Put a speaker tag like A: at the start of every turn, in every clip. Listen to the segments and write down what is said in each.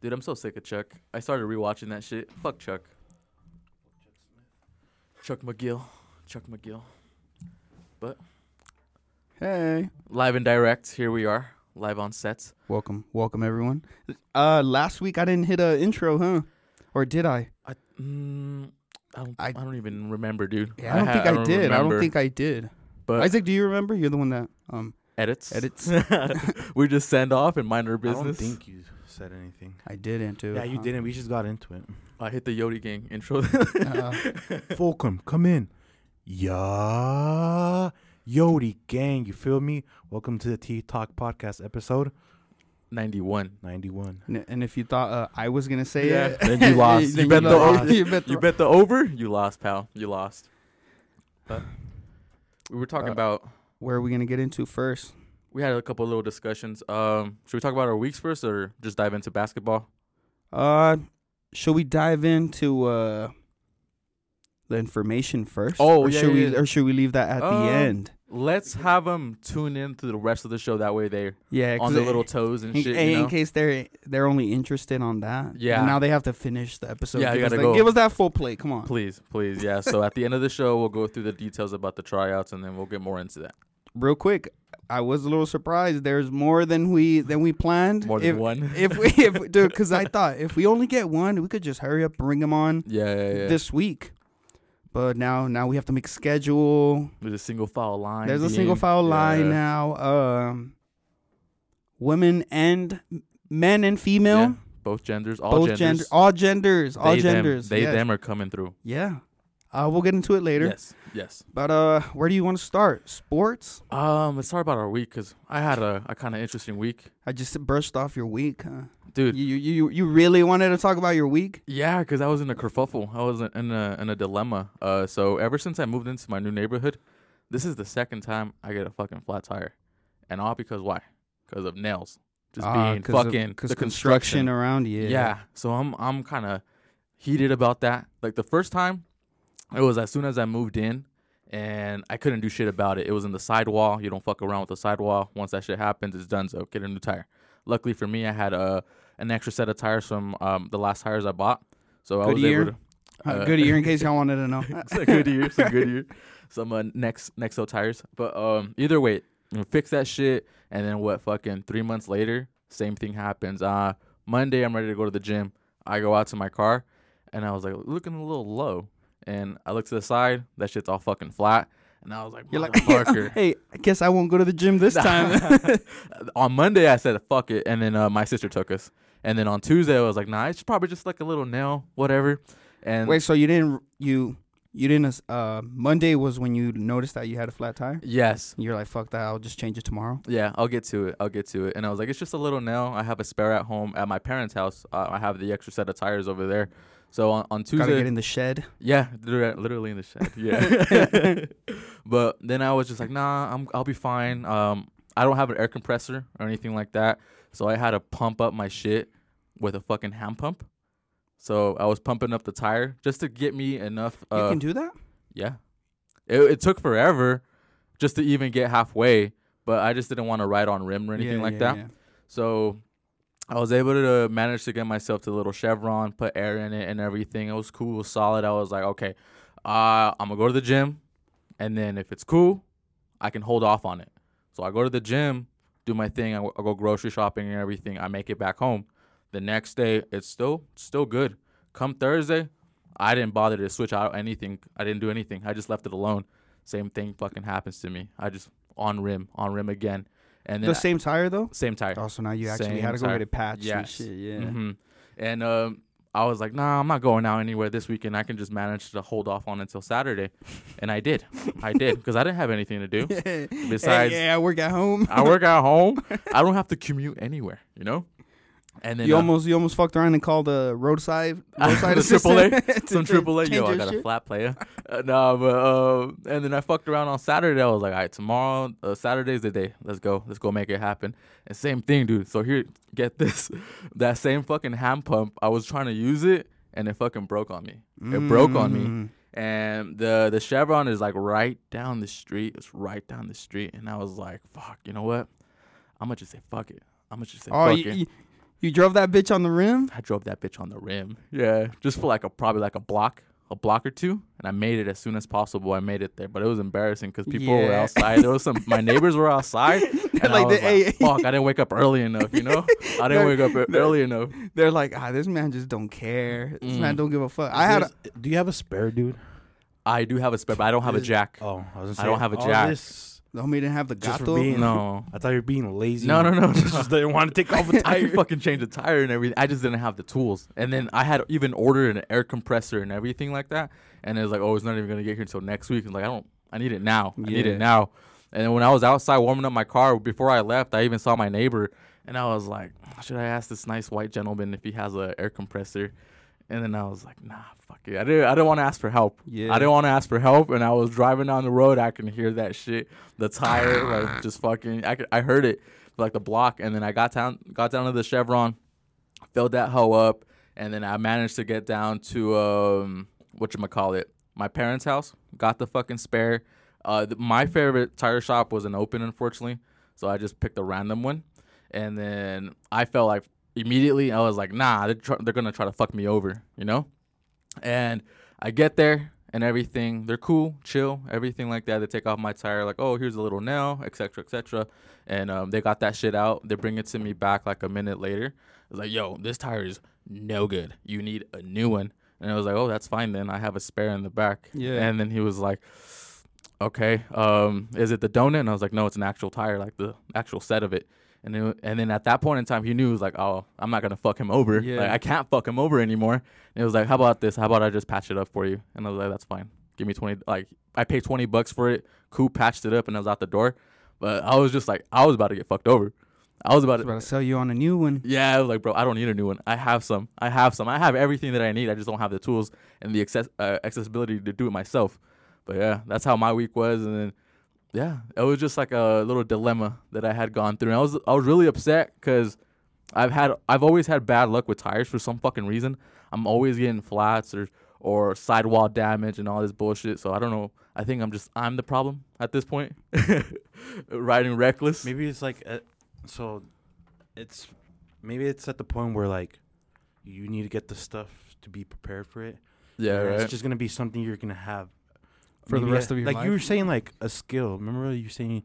A: Dude, I'm so sick of Chuck. I started rewatching that shit. Fuck Chuck. Chuck McGill. Chuck McGill.
B: Hey,
A: Live and direct. Here we are. Live on sets.
B: welcome, welcome everyone. Uh, last week I didn't hit a intro, huh? Or did I?
A: I mm, I, don't,
B: I-
A: I, don't even remember, dude.
B: Yeah, I don't
A: ha-
B: think I, did. I don't
A: remember,
B: think I did.
A: But
B: Isaac, do you remember? You're the one that um.
A: edits.
B: edits.
A: we just send off and mind our business.
C: I don't think you said anything.
B: I didn't do.
C: Yeah, you
B: huh?
C: didn't. We just got into it.
A: I hit the Yodi gang intro.
B: Uh,
C: Fulcrum, come in. Yeah. Yodi gang, you feel me? Welcome to the Tea Talk Podcast episode
A: 91.
C: 91.
B: n- and if you thought uh, I was gonna say
A: Yeah.
B: it,
C: Then you lost.
B: then
C: You bet the
B: lost.
C: over.
B: you bet the
A: You bet the over, you lost, pal. You lost. But we were talking
B: Uh,
A: about
B: Where are we gonna get into first?
A: we had a couple little discussions. Um, should we talk about our weeks first, or just dive into basketball?
B: Uh, should we dive into uh the information first?
A: Oh,
B: or
A: yeah,
B: should
A: yeah,
B: we
A: yeah.
B: or should we leave that at
A: Um,
B: the end?
A: Let's have them tune in to the rest of the show. That way they're
B: Yeah,
A: on
B: 'cause
A: their
B: it-
A: little toes and
B: in,
A: shit.
B: and
A: You
B: in
A: know?
B: case they're they're only interested on that.
A: Yeah.
B: And now they have to finish the episode.
A: Yeah,
B: give
A: you
B: us
A: gotta
B: that-
A: go.
B: Give us that full play. Come on.
A: Please, please, yeah. So at the end of the show, we'll go through the details about the tryouts, and then we'll get more into that.
B: Real quick, I was a little surprised. There's more than we than we planned.
A: More
B: if,
A: than one.
B: if we if dude, because I thought if we only get one, we could just hurry up, bring them on
A: yeah, yeah, yeah.
B: this week. But now now we have to make schedule.
A: There's a single file line.
B: There's a
A: being-
B: single file line
A: Yeah.
B: now. Um, women and men and female,
A: Yeah. Both genders, all
B: both
A: genders.
B: gender, all genders, all
A: they, them-
B: genders.
A: they,
B: yes.
A: them are coming through.
B: Yeah. Uh, we'll get into it later.
A: Yes, yes.
B: But uh, where do you want to start? Sports?
A: Um, let's talk about our week because I had a, a kind of interesting week,
B: I just brushed off your week, huh? You
A: dude.
B: you you, you really wanted to talk about your week?
A: Yeah, because I was in a kerfuffle. I was in- in a in a dilemma. Uh, so ever since I moved into my new neighborhood, this is the second time I get a fucking flat tire, and all because why? Because of nails, just
B: Ah,
A: being
B: 'cause of-
A: fucking
B: 'cause
A: the
B: construction
A: construction.
B: around you.
A: yeah. So I'm I'm kind of heated about that. Like the first time, it was as soon as I moved in, and I couldn't do shit about it. It was in the sidewall. You don't fuck around with the sidewall. Once that shit happens, it's done. So get a new tire. Luckily for me, I had a an extra set of tires from um, the last tires I bought. So I
B: Good
A: was
B: year.
A: able to
B: Uh,
A: Uh,
B: good ear in case y'all wanted to know.
A: it's a good year. It's a good year. Some uh, next Nexo tires, but um, either way, you know, fix that shit, and then what? Fucking three months later, same thing happens. Uh, Monday, I'm ready to go to the gym. I go out to my car, and I was like looking a little low, and I look to the side. That shit's all fucking flat, and I was like,
B: You're like,
A: motherfucker.
B: hey, I guess I won't go to the gym this time.
A: on Monday, I said fuck it, and then uh, my sister took us, and then on Tuesday, I was like, nah, it's probably just like a little nail, whatever. And
B: Wait, so you didn't you you didn't uh Monday was when you noticed that you had a flat tire?
A: yes,
B: You're like, fuck that, I'll just change it tomorrow.
A: Yeah, I'll get to it. I'll get to it. And I was like, it's just a little nail. I have a spare at home at my parents' house. Uh, I have the extra set of tires over there. So on, on
B: Gotta
A: Tuesday,
B: get in the shed.
A: yeah, liter- literally in the shed. Yeah. but then I was just like, nah, I'm, I'll be fine. Um, I don't have an air compressor or anything like that. So I had to pump up my shit with a fucking hand pump. So I was pumping up the tire just to get me enough. Uh,
B: you can do that?
A: yeah. It, it took forever just to even get halfway, but I just didn't want to ride on rim or anything
B: Yeah,
A: like
B: yeah,
A: that.
B: yeah.
A: So I was able to manage to get myself to the little Chevron, put air in it and everything. It was cool, it was solid. I was like, okay, uh, I'm going to go to the gym. And then if it's cool, I can hold off on it. So I go to the gym, do my thing. I, w- I go grocery shopping and everything. I make it back home. The next day, it's still still good. Come Thursday, I didn't bother to switch out anything. I didn't do anything. I just left it alone. Same thing fucking happens to me. I just on rim, on rim again, and then
B: The same tire though?
A: same tire.
B: Also Oh, now you actually
A: Same
B: had to go
A: tire.
B: get it patched and
A: Yes.
B: shit. Yeah.
A: hmm And um, I was like, nah, I'm not going out anywhere this weekend. I can just manage to hold off on until Saturday. And I did. I did because I didn't have anything to do. Besides-
B: Hey, yeah, I work at home.
A: I work at home. I don't have to commute anywhere, you know? And then
B: you
A: uh,
B: almost you almost fucked around and called the roadside roadside
A: The AAA?
B: assistant to
A: some
B: ch-
A: triple A.
B: change
A: Yo, I
B: your
A: got a
B: shit.
A: flat player. Uh, nah, but uh, and then I fucked around on Saturday. I was like, all right, tomorrow, uh, Saturday's the day. Let's go. Let's go make it happen. And same thing, dude. So here, get this, that same fucking hand pump. I was trying to use it, and it fucking broke on me. It broke on me.
B: Mm.
A: And the the Chevron is like right down the street. It's right down the street. And I was like, fuck. You know what? I'm gonna just say fuck it. I'm gonna just say
B: Oh,
A: fuck
B: you,
A: it.
B: you, You drove that bitch on the rim?
A: I drove that bitch on the rim. Yeah, just for like a probably like a block, a block or two, and I made it as soon as possible. I made it there, but it was embarrassing because people were
B: Yeah.
A: outside. There was some my neighbors were outside, and I
B: like,
A: was
B: the- hey.
A: like, "Fuck, I didn't wake up early enough." You know, I
B: No,
A: didn't wake up e-
B: no.
A: early enough.
B: They're like, ah, this man just don't care. This man
A: Mm.
B: don't give a fuck. I had a,
C: There's- do you have a spare, dude?
A: I do have a spare, but I don't have a
C: Is-
A: jack.
C: Oh, I was gonna
A: I
C: say,
A: don't have a
C: all
A: jack.
C: this-
B: the homie didn't have the
C: Just for
B: gato.
C: being-
A: No,
C: I thought you were being lazy.
A: No, no, no,
C: Just didn't want to take off a
A: I could
C: tire.
A: fucking change the tire and everything. I just didn't have the tools. And then I had even ordered an air compressor and everything like that. And it was like, oh, it's not even gonna get here until next week. And like, I don't, I need it now. I need
B: Yeah.
A: it now. And then when I was outside warming up my car before I left, I even saw my neighbor, and I was like, should I ask this nice white gentleman if he has an air compressor? And then I was like, nah, fuck it. I didn't, I didn't want to ask for help.
B: Yeah.
A: I didn't want to ask for help, and I was driving down the road. I can hear that shit, the tire, like just fucking. I could, I heard it, like the block, and then I got down, got down to the Chevron, filled that hoe up, and then I managed to get down to um, what you call it, my parents' house. Got the fucking spare. Uh, th- my favorite tire shop wasn't open, unfortunately, so I just picked a random one, and then I felt like immediately I was like, nah, they're tr- they're gonna try to fuck me over, you know. And I get there and everything. They're cool, chill, everything like that. They take off my tire, like, oh, here's a little nail, etc., etc. And um, they got that shit out. They bring it to me back like a minute later. It's like, yo, this tire is no good. You need a new one. And I was like, oh, that's fine then. I have a spare in the back.
B: Yeah.
A: And then he was like, okay, um, is it the donut? And I was like, no, it's an actual tire, like the actual set of it. And then, and then at that point in time, he knew he was like, oh, I'm not gonna fuck him over.
B: Yeah.
A: Like I can't fuck him over anymore. And it was like, how about this? How about I just patch it up for you? And I was like, that's fine. Give me twenty. Like I paid twenty bucks for it. Coop patched it up, and I was out the door. But I was just like, I was about to get fucked over. I was about
B: I was
A: to.
B: about to sell you on a new one.
A: Yeah, I was like, bro, I don't need a new one. I have some. I have some. I have everything that I need. I just don't have the tools and the access uh, accessibility to do it myself. But yeah, that's how my week was, and then yeah, it was just like a little dilemma that I had gone through. And I was I was really upset because I've had I've always had bad luck with tires for some fucking reason. I'm always getting flats or or sidewall damage and all this bullshit. So I don't know. I think I'm just I'm the problem at this point. Riding reckless.
C: Maybe it's like, uh, so, it's maybe it's at the point where like, you need to get the stuff to be prepared for it.
A: yeah,
C: And
A: right.
C: It's just gonna be something you're gonna have
B: For the
C: maybe
B: rest
C: a-
B: of your
C: like you
B: life?
C: were saying like a skill. Remember you were saying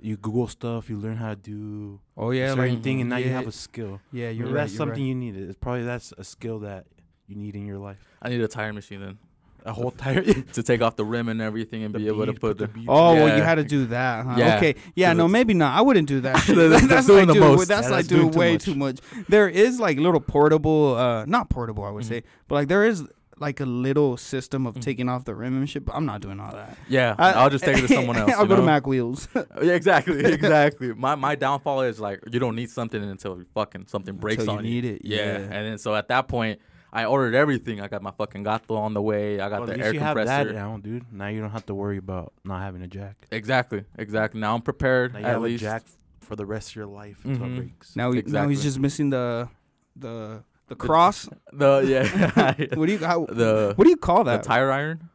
C: you Google stuff, you learn how to do
B: Oh
C: a
B: yeah,
C: certain
B: like
A: like-
C: thing, and now you
B: yeah.
C: have a skill.
B: yeah, you're
C: Maybe
B: right.
C: that's
B: you're
C: something
B: right.
C: you needed. It's probably that's a skill that you need in your life.
A: I need a tire machine then.
C: A whole tire, the
A: to take off the rim and everything and be able to
C: bead,
A: put the.
C: bead-
B: Oh well, you
A: Yeah.
B: had to do that. Huh?
A: Yeah.
B: Okay. Yeah.
A: Cause
B: No,
A: it's-
B: maybe not. I wouldn't do that. shit.
A: That's
B: that's
A: doing
B: like
A: the
B: doing
A: most.
B: That's
C: Yeah,
B: like
C: that's doing
B: doing
C: too
B: way
C: much.
B: too much. There is like little portable, uh, not portable, I would
A: Mhm.
B: say, but like there is like a little system of
A: Mhm.
B: taking off the rim and shit. But I'm not doing all that.
A: Yeah,
B: I,
A: I, will just take it to someone else.
B: I'll
A: you
B: go to
A: know?
B: Mac Wheels.
A: Yeah, exactly, exactly. my my downfall is like you don't need something until fucking something breaks
B: Until you
A: on
B: need it, yeah.
A: and then so at that point, I ordered everything. I got my fucking gato on the way. I got
C: Well,
A: the
C: at least
A: air
C: you
A: compressor.
C: have that now, dude. Now you don't have to worry about not having a jack.
A: Exactly, exactly. Now I'm prepared
C: Now you
A: at
C: have
A: least.
C: a jack for the rest of your life until
A: Mhm.
C: it breaks.
B: Mm-hmm. Now, he, now
A: Exactly.
B: he's just missing the the the cross.
A: The yeah,
B: what do you how,
A: the
B: what do you call
A: the
B: that?
A: tire iron.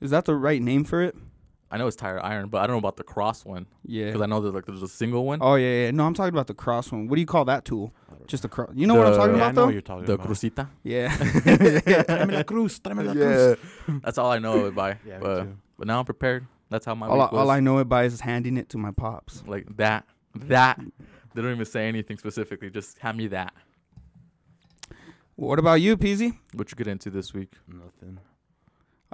B: Is that the right name for it?
A: I know it's tire iron, but I don't know about the cross one
B: Yeah.
A: because I know that like there's a single one.
B: Oh yeah, yeah. No, I'm talking about the cross one. What do you call that tool?
C: I don't
B: Just the cross. You know what I'm
A: The-
C: know.
B: talking
C: Oh, yeah, I
B: about
C: know
B: though.
C: what you're talking
A: the
C: about.
A: crucita.
B: Yeah.
C: Tráeme la cruz, tráeme la cruz.
A: yeah, that's all I know it by.
C: Yeah, me
A: but,
C: too.
A: but now I'm prepared. That's how my
B: all, I,
A: week was.
B: all I know it by is handing it to my pops.
A: like that that they don't even say anything specifically just hand me that
B: What about you, Peasy?
A: what you get into this week
C: Nothing.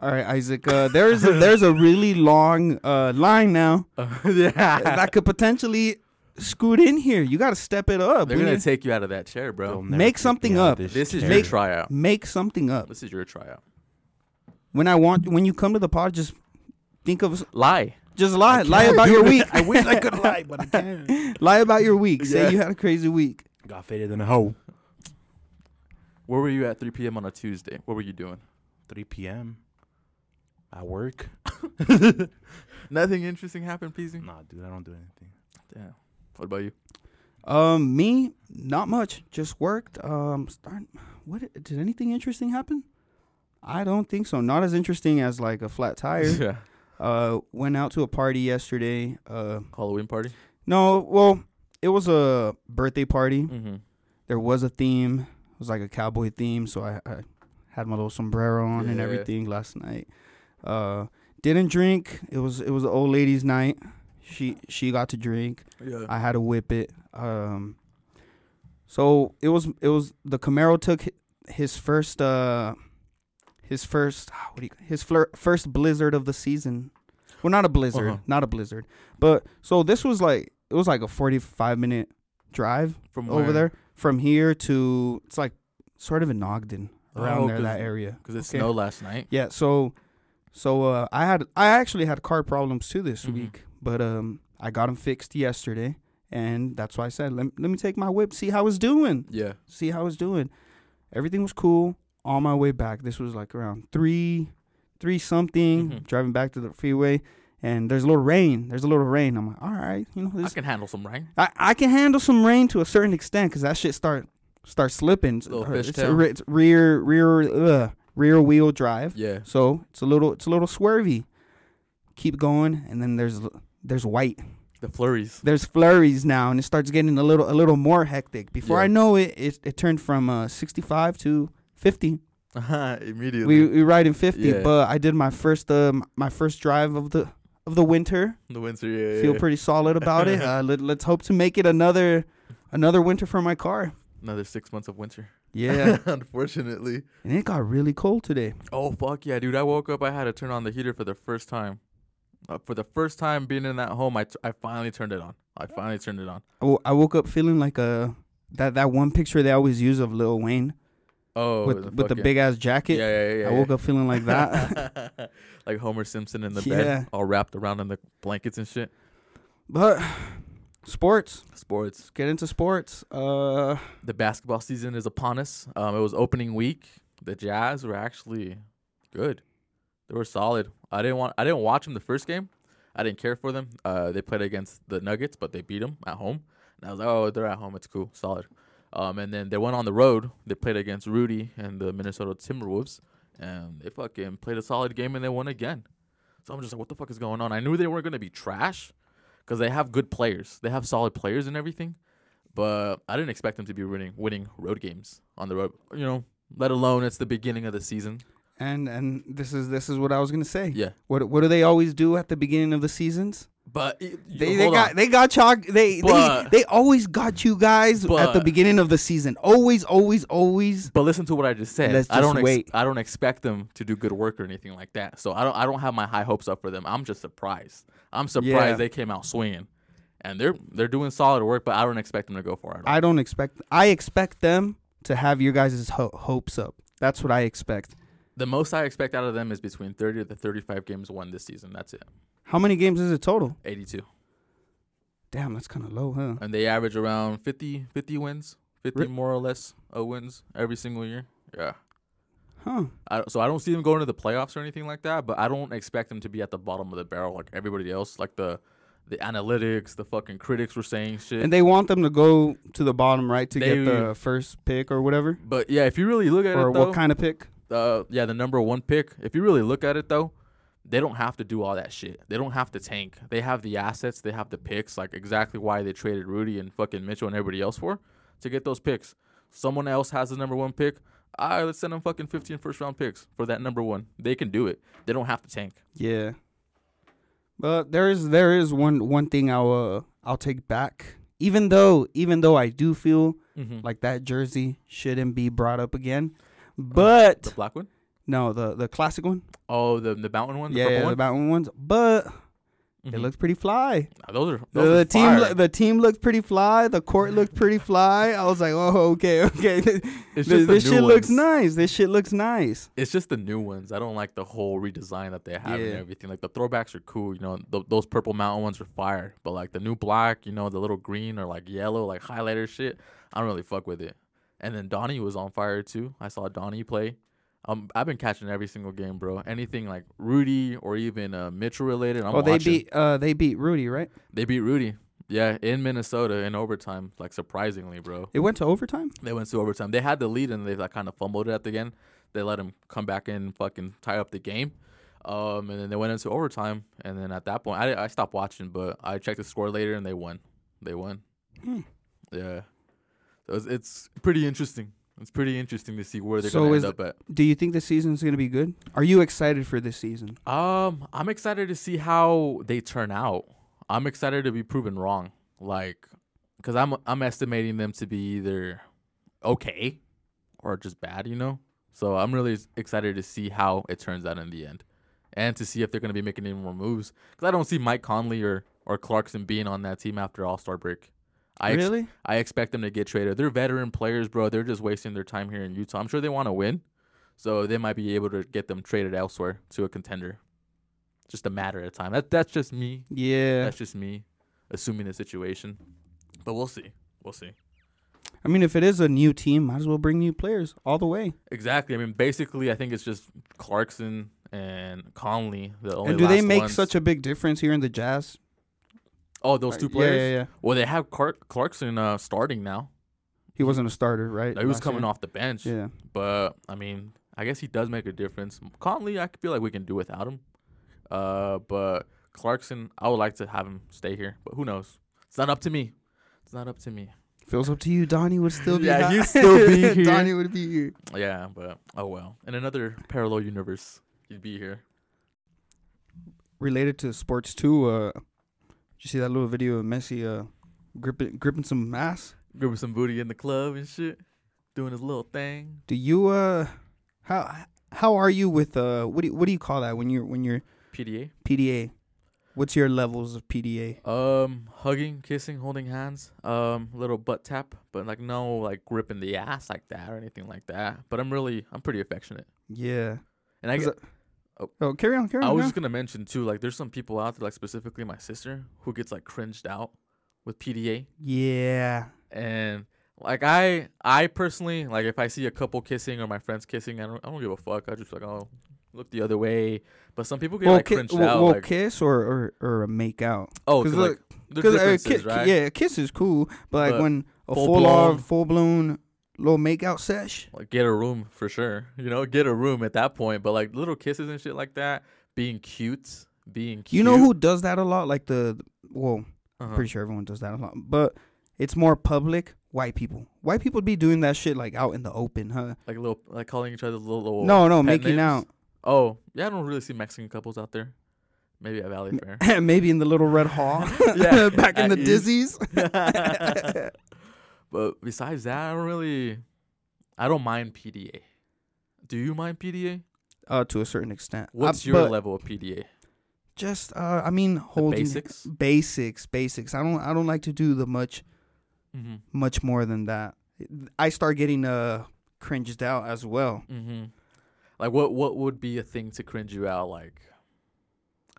B: All right, Isaac. Uh, there's a, there's a really long uh, line now
A: yeah
B: that could potentially scoot in here. You got to step it up.
A: they're
B: We
A: gonna
B: need-
A: take you out of that chair
C: They'll
A: bro
C: never
B: Make
C: take me
B: something
C: out of
B: up.
A: this is
C: chair.
A: your tryout
B: make something up.
A: this is your tryout
B: When I want when you come to the pod, just think of
A: lie
B: just lie lie
C: can't
B: about
C: do
B: your
C: it.
B: week.
C: I wish I could lie, but I can't.
B: lie about your week.
A: Yeah.
B: Say you had a crazy week.
C: Got faded in a hoe.
A: where were you at 3 p.m on a tuesday what were you doing
C: 3 p.m. I work.
A: nothing interesting happened peasy
C: Nah, dude, I don't do anything.
A: damn what about you
B: Um, me not much. Just worked. Um, start. What did anything interesting happen? I don't think so. Not as interesting as like a flat tire.
A: yeah
B: Uh, went out to a party yesterday. Uh,
A: halloween party
B: no, well, it was a birthday party.
A: mm-hmm
B: there was a theme. It was like a cowboy theme, so I, I had my little sombrero on and
A: Yeah.
B: everything last night. Uh, didn't drink. It was it was an old ladies' night. She she got to drink.
A: Yeah.
B: I had to whip it. Um, so it was it was the Camaro took hi- his first uh his first ah, what do you, his flir- first blizzard of the season. Well, not a blizzard,
A: Uh-huh.
B: not a blizzard, but so this was like it was like a forty five minute drive
A: From
B: over there from here to it's like sort of in Ogden around
A: Oh,
B: there
A: 'cause-
B: that area.
A: because it
B: Okay.
A: snowed last night.
B: Yeah, so so uh, I had I actually had car problems too this
A: Mhm.
B: week, but um I got them fixed yesterday, and that's why I said let, let me take my whip, see how it's doing,
A: Yeah.
B: see how it's doing. Everything was cool on my way back. This was like around three three something
A: Mhm.
B: driving back to the freeway, and there's a little rain. There's a little rain. I'm like, all right, you know
A: I
B: this.
A: can handle some rain.
B: I, I can handle some rain to a certain extent because that shit start start slipping. Uh,
A: Little
B: It's- it's
A: fishtail.
B: re- it's rear rear uh, rear wheel drive.
A: Yeah.
B: So it's a little it's a little swervy. Keep going, and then there's there's white.
A: The flurries.
B: There's flurries now, and it starts getting a little a little more hectic. Before
A: Yeah.
B: I know it, it, it turned from uh, 65 to 50.
A: Immediately.
B: We we ride in 50,
A: Yeah.
B: but I did my first uh, m- my first drive of the of the winter.
A: the winter. Yeah.
B: Feel
A: yeah.
B: pretty solid about it. Uh, let, let's hope to make it another another winter for my car.
A: Another six months of winter.
B: Yeah,
A: Unfortunately.
B: and it got really cold today.
A: Oh fuck yeah, dude! I woke up. I had to turn on the heater for the first time. Uh, for the first time being in that home, I, t- I finally turned it on. I finally turned it on.
B: I wo- I woke up feeling like a that that one picture they always use of Lil Wayne.
A: Oh,
B: with, with the
A: fucking-
B: big ass jacket.
A: Yeah, yeah, yeah.
B: I woke up feeling like that.
A: that. like Homer Simpson in the
B: Yeah.
A: bed, all wrapped around in the blankets and shit.
B: but sports.
A: Sports.
B: Let's get into sports. Uh,
A: The basketball season is upon us. Um, it was opening week. The Jazz were actually good. They were solid. I didn't want. I didn't watch them the first game. I didn't care for them. Uh, they played against the Nuggets, but they beat them at home. And I was like, oh, they're at home. It's cool, solid. Um, and then they went on the road. They played against Rudy and the Minnesota Timberwolves, and they fucking played a solid game and they won again. So I'm just like, what the fuck is going on? I knew they weren't gonna be trash, because they have good players. They have solid players and everything, but I didn't expect them to be winning winning road games on the road. You know, let alone it's the beginning of the season.
B: and and this is this is what I was gonna say.
A: Yeah.
B: What what do they always do at the beginning of the seasons?
A: But y-
B: They
A: hold
B: they
A: on.
B: got they got chalk. They, they
A: But-
B: they always got you guys at the
A: But-
B: beginning of the season. Always always always.
A: But listen to what I just said.
B: Let's
A: I
B: just
A: don't ex-
B: wait.
A: I don't expect them to do good work or anything like that. So I don't I don't have my high hopes up for them. I'm just surprised. I'm surprised
B: Yeah.
A: they came out swinging, and they're they're doing solid work. But I don't expect them to go for it. at all.
B: I don't expect. I expect them to have your guys' ho- hopes up. That's what I expect.
A: the most I expect out of them is between 30 to 35 games won this season. That's it.
B: How many games is it total?
A: 82,
B: Damn, that's kind of low, huh?
A: and they average around 50 50 wins, 50
B: Re-
A: more or less uh, wins every single year. Yeah.
B: Huh?
A: I, so I don't see them going to the playoffs or anything like that. But I don't expect them to be at the bottom of the barrel like everybody else. Like the the analytics, the fucking critics were saying shit.
B: And they want them to go to the bottom, right, to
A: They-
B: get the first pick or whatever,
A: but yeah, if you really look at
B: or
A: it, though,
B: what kind of pick?
A: uh, yeah, the number one pick. If you really look at it though, they don't have to do all that shit. They don't have to tank. They have the assets. They have the picks. Like exactly why they traded Rudy and fucking Mitchell and everybody else for to get those picks. Someone else has the number one pick. All right, let's send them fucking 15 first round picks for that number one. They can do it. They don't have to tank.
B: Yeah. But there is there is one one thing I'll uh, I'll take back. Even though even though I do feel
A: Mm-hmm.
B: like that jersey shouldn't be brought up again, but
A: the black one.
B: no the the classic one,
A: Oh, the the mountain one, the
B: yeah,
A: purple
B: yeah the
A: one.
B: mountain ones. But it
A: Mhm.
B: looked pretty fly.
A: Nah, those are
B: The,
A: those
B: the
A: are
B: team
A: fire.
B: lo- the team looked pretty fly. The court looked pretty fly. I was like, oh okay okay.
A: it's
B: this
A: just the
B: this
A: new
B: shit looks
A: ones.
B: nice. This shit looks nice.
A: It's just the new ones. I don't like the whole redesign that they have
B: Yeah.
A: and everything. Like the throwbacks are cool, you know. Th- those purple mountain ones are fire, but like the new black, you know, the little green or like yellow, like highlighter shit. I don't really fuck with it. And then Donnie was on fire too. I saw Donnie play. Um, I've been catching every single game, bro. Anything like Rudy or even uh, Mitchell related, I'm
B: oh, they
A: watching.
B: beat uh they beat Rudy, right?
A: they beat Rudy. Yeah, in Minnesota in overtime, like surprisingly, bro.
B: It went to overtime.
A: They went to overtime. They had the lead and they like, kind of fumbled it at the end. They let him come back in and fucking tie up the game. Um, and then they went into overtime. And then at that point, I, I stopped watching, but I checked the score later and they won. They won.
B: Hmm.
A: Yeah. It was- it's pretty interesting. It's pretty interesting to see where they're
B: So
A: gonna
B: is
A: end up at.
B: Do you think the season's gonna be good? Are you excited for this season?
A: Um, I'm excited to see how they turn out. I'm excited to be proven wrong, like, cause I'm I'm estimating them to be either okay or just bad, you know. So I'm really s- excited to see how it turns out in the end, and to see if they're gonna be making any more moves. Cause I don't see Mike Conley or or Clarkson being on that team after All Star break. I ex-
B: really?
A: I expect them to get traded. They're veteran players, bro. They're just wasting their time here in Utah. I'm sure they want to win, so they might be able to get them traded elsewhere to a contender. Just a matter of time. That that's just me.
B: yeah.
A: That's just me, assuming the situation. But we'll see. We'll see.
B: I mean, if it is a new team, might as well bring new players all the way.
A: Exactly. I mean, basically, I think it's just Clarkson and Conley. The only
B: and do they
A: last
B: make
A: ones.
B: such a big difference here in the Jazz?
A: oh those
B: Uh,
A: two
B: yeah,
A: players?
B: Yeah, yeah.
A: Well, they have Clark- Clarkson uh, starting now.
B: He wasn't a starter, right?
A: He was
B: last
A: coming
B: year?
A: off the bench.
B: Yeah.
A: But I mean, I guess he does make a difference. Conley, I feel like we can do without him. Uh, but Clarkson, I would like to have him stay here, but who knows? It's not up to me. It's not up to me.
B: Feels up to you. Donnie would still be.
A: Yeah,
B: hot.
A: he'd still be here.
B: Donnie would be here.
A: Yeah, but oh well. In another parallel universe, you'd be here.
B: Related to sports too. Uh, did you see that little video of Messi uh, gripping gripping some ass?
A: Gripping some booty in the club and shit, doing his little thing.
B: Do you uh, how how are you with uh, what do you, what do you call that when you're when you're
A: PDA.
B: PDA? What's your levels of PDA?
A: Um, hugging, kissing, holding hands. Um, little butt tap, but like no like gripping the ass like that or anything like that. But I'm really, I'm pretty affectionate,
B: Yeah.
A: and I
B: Is
A: get,
B: Oh, carry on, carry on.
A: I was
B: carry
A: just gonna mention too, like there's some people out there, like specifically my sister, who gets like cringed out with PDA,
B: on. yeah.
A: and like I, I personally, like if I see a couple kissing or my friends kissing, I don't, I don't give a fuck. I just like, oh, look the other way. But some people get
B: Well,
A: like
B: ki-
A: cringed
B: well,
A: out,
B: well,
A: like
B: kiss or or or a make out.
A: oh,
B: 'cause
A: cause,
B: look,
A: like the
B: 'Cause, uh,
A: differences,
B: ki-
A: right?
B: Yeah, a kiss is cool, but, like
A: But
B: when a
A: full
B: full on
A: blown-
B: full blown little make out sesh.
A: Like get a room for sure, you know, get a room at that point. But like little kisses and shit like that, being cute, being cute.
B: You know who does that a lot? Like the well,
A: Uh-huh.
B: pretty sure everyone does that a lot, but it's more public. White people, white people be doing that shit like out in the open, huh?
A: uh-huh, like little, like calling each other little. little
B: no, no,
A: pet
B: making
A: names?
B: out.
A: Oh, yeah, I don't really see Mexican couples out there. Maybe at Valley Fair.
B: Maybe in the little red hall,
A: Yeah,
B: back in
A: at
B: the
A: ease.
B: dizzies.
A: but besides that, I don't really I don't mind PDA. Do you mind PDA?
B: Uh, to a certain extent. Uh,
A: What's your
B: but
A: level of PDA?
B: Just, uh, I mean,
A: The
B: holding
A: basics?
B: basics, basics. I don't, I don't like to do the much
A: Mm-hmm.
B: much more than that. I start getting uh cringed out as well.
A: Mm-hmm. Like what what would be a thing to cringe you out like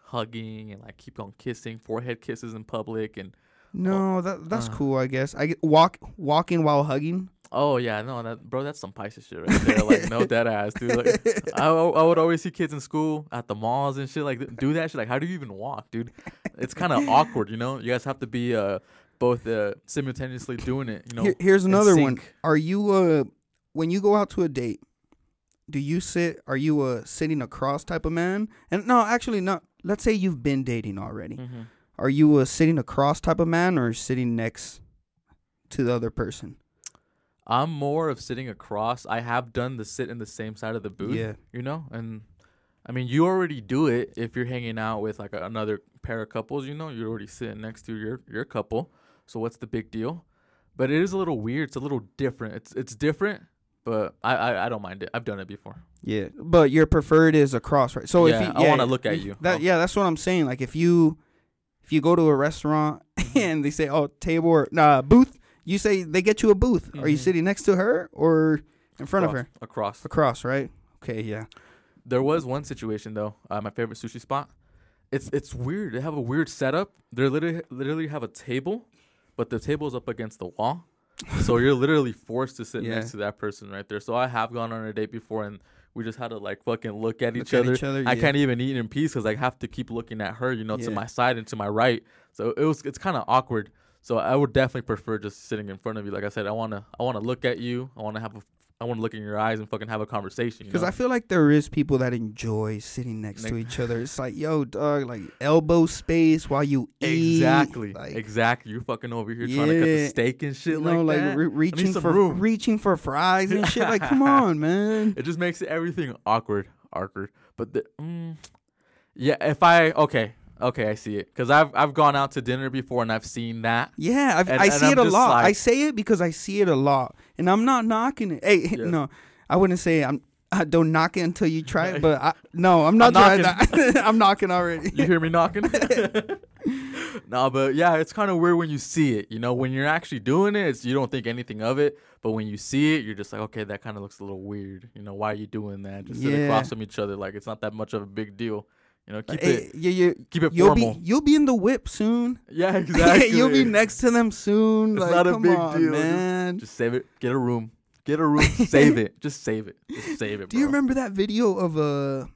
A: hugging and like keep on kissing, forehead kisses in public and
B: No, that that's
A: uh.
B: cool. I guess I get walk walking while hugging.
A: oh yeah, no, that bro, that's some Pisces shit right there. like no dead ass, dude. Like, I, I would always see kids in school at the malls and shit like do that shit. Like, how do you even walk, dude? It's kind of awkward, you know. You guys have to be uh both uh, simultaneously doing it, you know.
B: Here- here's
A: in
B: another one.
A: sync.
B: Are you uh when you go out to a date? Do you sit? Are you a sitting across type of man? And no, actually not. Let's say you've been dating already.
A: Mhm.
B: Are you a sitting across type of man or sitting next to the other person?
A: I'm more of sitting across. I have done the sit in the same side of the booth,
B: Yeah.
A: you know, and I mean, you already do it if you're hanging out with like another pair of couples, you know, you're already sitting next to your your couple. So what's the big deal? But it is a little weird. It's a little different. It's it's different, but I I, I don't mind it. I've done it before.
B: Yeah, but your preferred is across, right? So
A: Yeah,
B: if you,
A: I wanna look at you.
B: That
A: I'll-
B: yeah, that's what I'm saying. Like if you if you go to a restaurant
A: Mm-hmm.
B: and they say, "Oh, table or nah booth," you say they get you a booth. Are you
A: Mhm.
B: sitting next to her or in front of
A: Across-
B: her?
A: Across.
B: Across, right? Okay, yeah.
A: There was one situation though. Uh, my favorite sushi spot. It's it's weird. They have a weird setup. They literally literally have a table, but the table's up against the wall, so you're literally forced to sit
B: Yeah.
A: next to that person right there. So I have gone on a date before, and we just had to like fucking look at,
B: Look
A: each,
B: at
A: other.
B: each other,
A: I
B: yeah.
A: can't even eat in peace because I have to keep looking at her, you know, to
B: Yeah.
A: my side and to my right. So it was it's kind of awkward. So I would definitely prefer just sitting in front of you. Like I said, I wanna I wanna look at you. I wanna have a I want to look in your eyes and fucking have a conversation. you
B: Because
A: know?
B: I feel like there is people that enjoy sitting next to
A: Like-
B: each other. It's like, yo, dog, like elbow space while you eat.
A: exactly,
B: Like,
A: exactly. You're fucking over here trying to cut
B: Yeah.
A: the steak and shit
B: You know,
A: like
B: like,
A: that.
B: re- reaching
A: some
B: for
A: room.
B: reaching for fries and shit. Like, come on, man.
A: It just makes everything awkward, awkward. But the, mm, yeah, if I okay, okay, I see it. Cause I've I've gone out to dinner before and I've seen that.
B: Yeah, I've,
A: And-
B: I
A: and
B: see
A: I'm
B: it a
A: just
B: lot. I
A: like-
B: say it because I see it a lot, and I'm not knocking it. Hey,
A: Yeah.
B: no, I wouldn't say I'm. I don't knock it until you try it, but I, no, I'm not
A: I'm
B: trying. I'm knocking already.
A: You hear me knocking? no, but yeah, it's kind of weird when you see it. You know, when you're actually doing it, it's, you don't think anything of it. But when you see it, you're just like, okay, that kind of looks a little weird. You know, why are you doing that? Just sit
B: Yeah.
A: across from each other, like it's not that much of a big deal. You know, keep
B: Hey,
A: it
B: you, you,
A: keep it
B: you'll
A: formal.
B: be you'll be in the whip soon.
A: yeah, exactly.
B: You'll be next to them soon.
A: It's
B: like,
A: not a
B: come
A: big
B: on,
A: deal. Just-
B: man.
A: Just save it. Get a room. Get a room. save it. Just save it. Just save it.
B: Do you
A: bro.
B: remember that video of uh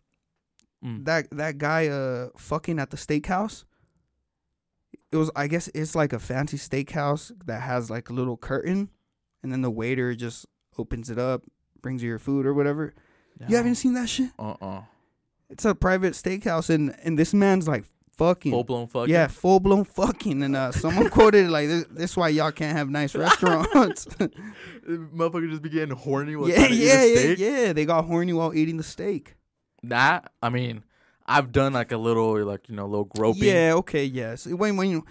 A: Mm.
B: that that guy uh fucking at the steakhouse? It was I guess it's like a fancy steakhouse that has like a little curtain and then the waiter just opens it up, brings you your food or whatever. You haven't seen that shit?
A: Uh uh
B: It's a private steakhouse and and this man's like fucking
A: Full blown fucking.
B: Yeah, full blown fucking, and uh, someone quoted it like, "This, this is why y'all can't have nice restaurants."
A: Motherfucker just be getting horny while
B: yeah,
A: trying to eat
B: yeah,
A: a
B: yeah,
A: steak.
B: yeah. They got horny while eating the steak.
A: That I mean, I've done like a little like you know little groping.
B: Yeah, okay, yes. When when you,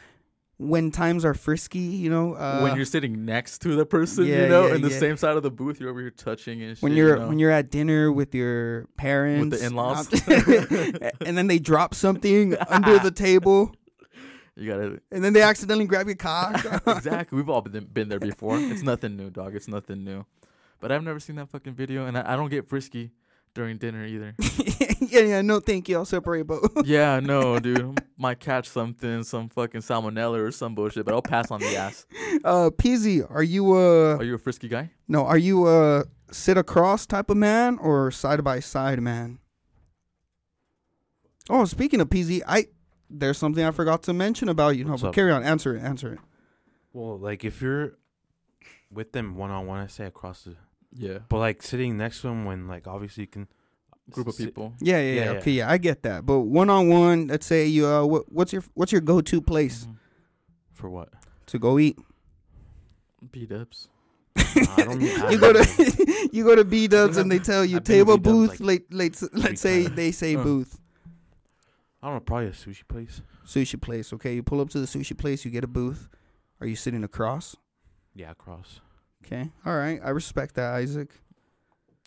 B: when times are frisky, you know, uh,
A: when you're sitting next to the person,
B: yeah,
A: you know,
B: yeah,
A: in the
B: yeah.
A: same side of the booth, you're over here touching and shit.
B: when
A: you
B: you're
A: know?
B: when you're at dinner with your parents,
A: in-laws.
B: and then they drop something under the table,
A: you gotta
B: and then they accidentally grab your cock.
A: exactly. We've all been been there before. It's nothing new, dog. It's nothing new. But I've never seen that fucking video, and I, I don't get frisky during dinner either.
B: yeah, yeah. No, thank you. I'll separate both.
A: yeah, no, dude. Might catch something, some fucking salmonella or some bullshit, but I'll pass on the ass.
B: Uh, Peasy, are you uh?
A: Are you a frisky guy?
B: No, are you a sit across type of man or side by side man? Oh, speaking of PZ, I there's something I forgot to mention about you. No,
C: What's
B: but
C: up?
B: carry on. Answer it. Answer it.
C: Well, like if you're with them one on one, I say across the.
A: Yeah.
C: But like sitting next to them when like obviously you can.
A: Group of
C: sit-
A: people.
B: Yeah, yeah, yeah.
C: Yeah, yeah.
B: Okay, yeah, I get that. But one on one, let's say you uh, what, what's your what's your go to place
A: Mhm.
C: for what?
B: to go eat?
A: Beat ups.
C: I don't- I
B: you go
C: don't
B: to you go to B Dubs and they tell you
C: I've been to
B: table
C: B-Dubs,
B: booth.
C: like,
B: late, late, let's say
C: times.
B: they say
A: Uh.
B: booth
C: I don't know. Probably a sushi place.
B: sushi place. Okay, you pull up to the sushi place, you get a booth. Are you sitting across?
C: Yeah, across.
B: Okay, all right, I respect that, Isaac.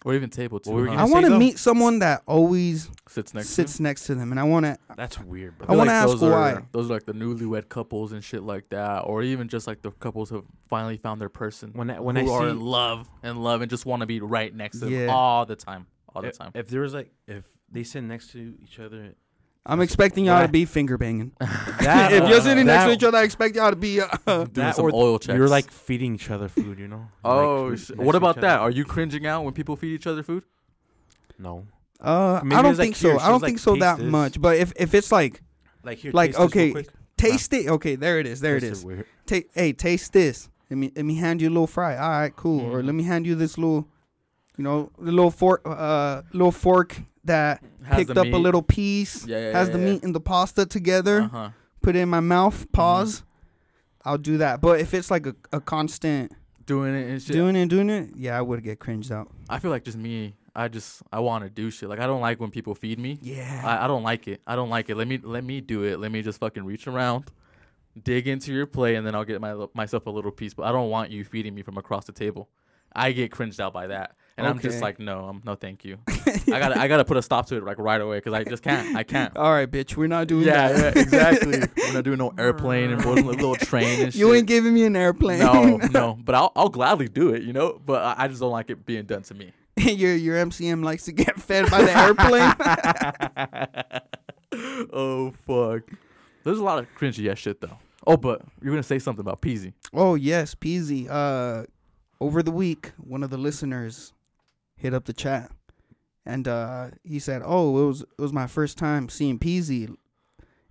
A: Or even table two.
C: What were you
A: huh?
B: I
C: gonna say,
B: want to
C: though?
B: meet someone that always
A: sits next
B: sits
A: to
B: next to them, and I want to.
C: That's weird, bro.
B: I wanna ask
A: those are-
B: why.
A: those are like the newlywed couples and shit like that, or even just like the couples who have finally found their person
C: When I, when
A: who
C: I
A: are
C: see
A: in love and love and just want to be right next to
B: Yeah.
A: them all the time, all the
C: if,
A: time.
C: if there was like if they sit next to each other,
B: I'm expecting y'all
C: Why?
B: to be finger banging.
C: that
B: if you're sitting next to
C: that-
B: each other, I expect y'all to be. Uh,
A: Doing
C: that
A: some
C: or
A: oil checks.
C: you're like feeding each other food, you know.
A: oh,
C: Like,
A: sh-
C: next
A: what
C: to
A: about
C: each
A: that?
C: other.
A: Are you cringing out when people feed each other food?
C: No,
B: uh,
C: Maybe
B: I don't
C: it's like
B: think
C: here,
B: so. I
C: she was
B: don't
C: like,
B: think so
C: taste
B: that
C: this.
B: much. But if if it's like
C: like here,
B: Like,
C: taste this real
B: okay,
C: quick.
B: taste it, okay, there it is, there it
C: That's
B: is.
C: weird.
B: Ta- hey, taste this. Let me let me hand you a little fry. All right, cool. Or
C: Mm-hmm.
A: Mhm.
B: let me hand you this little, you know, the little fork, uh, little fork that
A: Has
B: picked
A: the
B: up a
A: meat.
B: little piece,
A: Yeah, yeah,
B: has
A: yeah,
B: the
A: yeah.
B: meat and the pasta together.
A: Uh-huh.
B: put it in my mouth, pause. I'll do that. But if it's like a, a constant
A: Doing it and shit.
B: doing it and doing it, yeah, I would get cringed out.
A: I feel like just me. I just I want to do shit. Like I don't like when people feed me.
B: Yeah.
A: I, I don't like it. I don't like it. Let me let me do it. Let me just fucking reach around, dig into your plate, and then I'll get my myself a little piece. But I don't want you feeding me from across the table. I get cringed out by that, and I'm
B: Okay.
A: just like, no, I'm no, thank you. I gotta I gotta put a stop to it like right away because I just can't. I can't.
B: All right, bitch, we're not doing
A: yeah,
B: that.
A: yeah, exactly. We're not doing no airplane and bullshit, little train and shit.
B: you ain't giving me an airplane.
A: no, no, but I'll, I'll gladly do it, you know. But I, I just don't like it being done to me.
B: your your MCM likes to get fed by the airplane.
A: oh fuck. There's a lot of cringy ass shit though. Oh, but you're gonna say something about Peasy.
B: oh yes, Peasy. Uh, over the week, one of the listeners hit up the chat, and uh, he said, "Oh, it was it was my first time seeing Peasy,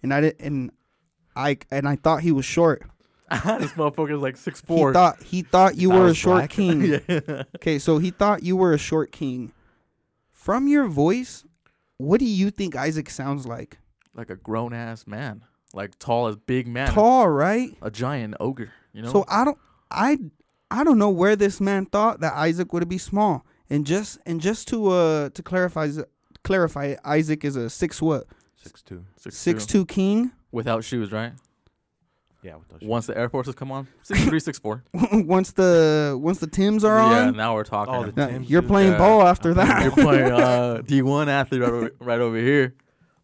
B: and I did and I and I thought he was short."
A: this motherfucker's like six
B: He
A: four.
B: thought he thought you
C: thought I
B: were a
C: was
B: short
C: black?
B: king.
A: yeah.
B: Okay, so he thought you were a short king. From your voice, what do you think Isaac sounds like?
A: like a grown ass man, like tall as big man,
B: Tall, right?
A: a giant ogre. You know.
B: So I don't I I don't know where this man thought that Isaac would be small. And just and just to uh to clarify clarify Isaac is a six what?
C: Six two.
A: six,
B: Six
A: two.
B: two king.
A: without shoes, right?
C: Yeah, with those shoes.
A: Once the Air Forces come on, six three, six four.
B: once the once the Tims are
A: yeah,
B: on,
A: now we're talking.
C: Oh, the
B: now
C: Tims,
B: you're
C: dude.
B: playing
A: Yeah.
B: ball after that.
A: You're playing uh, D1 athlete right over, right over here.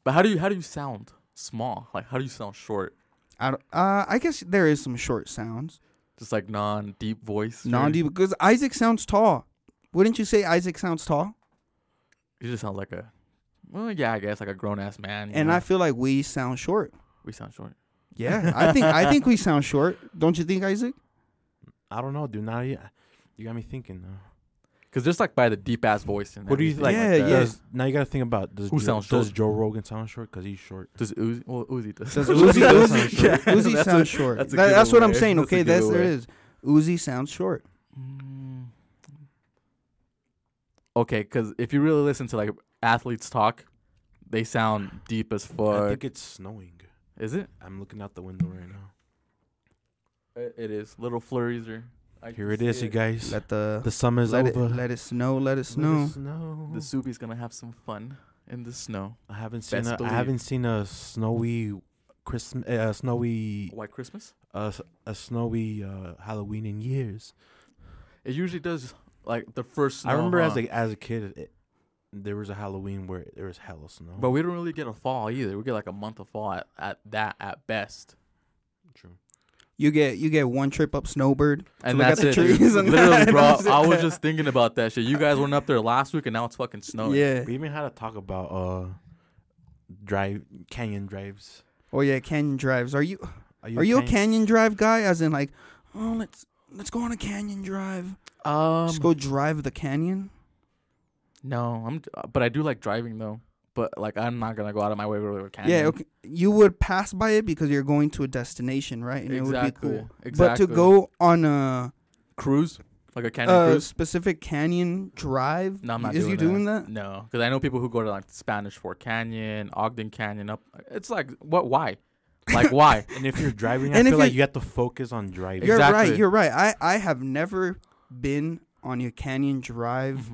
A: But how do you how do you sound small? Like how do you sound short?
B: I, don't- uh, I guess there is some short sounds,
A: Just like non deep voice. or-
B: non deep because Isaac sounds tall. Wouldn't you say Isaac sounds tall?
A: He just sounds like a well, yeah, I guess like a grown ass man. you
B: And
A: know?
B: I feel like we sound short.
A: we sound short.
B: Yeah, I think I think we sound short. Don't you think, Isaac?
C: I don't know, dude. Now you, you got me thinking. Now.
A: Cause just like by the deep ass voice. And
C: What do you
A: everything
C: like?
B: Yeah,
A: that.
B: yeah.
C: Does, now you got to think about does
A: Who
C: Joe,
A: sounds
C: does
A: short?
C: Joe Rogan sound short because he's short?
A: Does Uzi? Well, Uzi does.
B: Does Uzi,
C: does
B: Uzi,
C: sound short.
B: Uzi
A: That's a-
B: sounds short.
A: that's a
B: That- that's what I'm
A: giveaway.
B: saying.
A: That's a
B: Okay, that's there
A: giveaway.
B: is. Uzi sounds short.
A: Mm. Okay, because if you really listen to like athletes talk, they sound deep as
C: I
A: fuck.
C: think it's snowing.
A: is it?
C: I'm looking out the window right now.
A: It, it is. Little flurries are. I
C: Here
A: can
C: it
A: see
C: is, you guys.
B: Let the
C: the summer is
B: let it,
C: over.
B: let it snow. Let it
C: Let it
B: snow.
C: snow.
A: The Subi's gonna have some fun in the snow.
C: I haven't seen.
A: Best
C: A, I
A: believe.
C: haven't seen a snowy Christmas. Uh, snowy.
A: White Christmas.
C: Uh, s- a snowy uh, Halloween in years.
A: It usually does like the first. Snow,
C: I remember as
A: huh?
C: a as a kid, it, there was a Halloween where there was hella snow.
A: But we don't really get a fall either. We get like a month of fall at, at that at best.
C: True.
B: You get you get one trip up Snowbird.
A: And
B: look at
A: that's
B: the
A: it. dude.
B: trees and
A: Literally,
B: that.
A: bro.
B: That's it.
A: I was just thinking about that shit. You guys went up there last week, and now it's fucking snowing.
B: yeah.
C: We even had a talk about uh, drive canyon drives.
B: Oh yeah, canyon drives. Are you
C: a
B: Are you a
C: canyon-
B: canyon drive guy? As in, like, oh, let's let's go on a canyon drive.
A: Um.
B: Just go drive the canyon.
A: No, I'm. d- uh, But I do like driving though. But like, I'm not gonna go out of my way to really can.
B: Yeah, okay. You would pass by it because you're going to a destination, right? And it would be
A: Exactly.
B: cool.
A: Exactly.
B: But to go on a,
A: cruise, like a canyon
B: a
A: cruise.
B: specific canyon drive,
A: No, I'm not
B: is
A: doing
B: you doing that?
A: No, because I know people who go to like Spanish Fort Canyon, Ogden Canyon. Up, it's like what? Why? Like why?
C: And if you're driving,
B: And
C: I
B: if
C: feel like
B: you-
C: you have to focus on driving.
B: You're
A: Exactly.
B: right. You're right. I I have never been on a canyon
A: Mm-hmm.
B: drive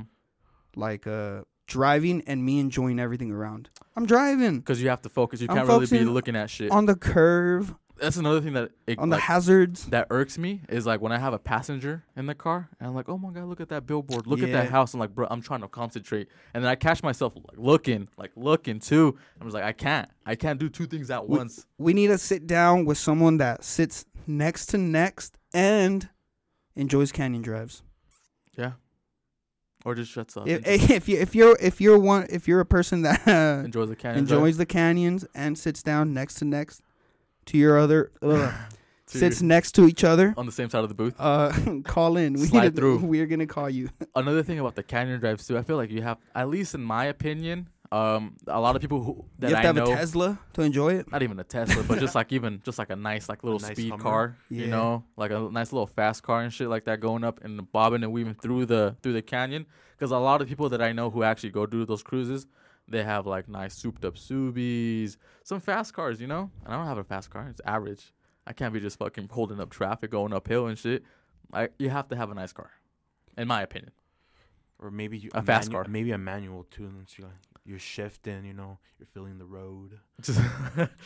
B: like uh driving and me enjoying everything around. I'm driving
A: Because you have to focus. You
B: I'm
A: can't really be
B: focusing
A: looking at shit.
B: on the curve,
A: That's another thing that it,
B: on the
A: like,
B: hazards.
A: that irks me is like when I have a passenger in the car and I'm like, oh my god, look at that billboard, look at
B: Yeah.
A: that house. I'm like, bro, I'm trying to concentrate, and then I catch myself like, looking, like looking too. I was like, I can't, I can't do two things at
B: We-
A: once.
B: we need to sit down with someone that sits next to next and enjoys canyon drives.
A: Yeah, or just shuts up.
B: If,
A: and just
B: if you if you're if you're one if you're a person that uh,
A: enjoys the canyon. drive.
B: enjoys the canyons and sits down next to next to your other ugh,
A: To
B: sits next to each other,
A: on the same side of the booth.
B: uh, call in. We
A: Slide
B: need to,
A: through.
B: We're gonna call you.
A: another thing about the canyon drives too, I feel like you have, at least in my opinion, um, a lot of people who that
B: you have
A: I
B: to have
A: know,
B: a Tesla to enjoy it.
A: not even a Tesla, but just like even just like a nice like little
C: nice
A: speed
C: Hummer?
A: car, you
B: Yeah.
A: know, like a nice little fast car and shit like that, going up and bobbing and weaving through the through the canyon. Because a lot of people that I know who actually go do those cruises, they have like nice souped up Subies, some fast cars, you know. And I don't have a fast car; it's average. I can't be just fucking holding up traffic, going uphill and shit. Like you have to have a nice car, in my opinion.
C: or maybe you,
A: A fast
C: manu-
A: car.
C: Maybe a manual too. And so you're, like, you're shifting, you know, you're feeling the road,
A: Just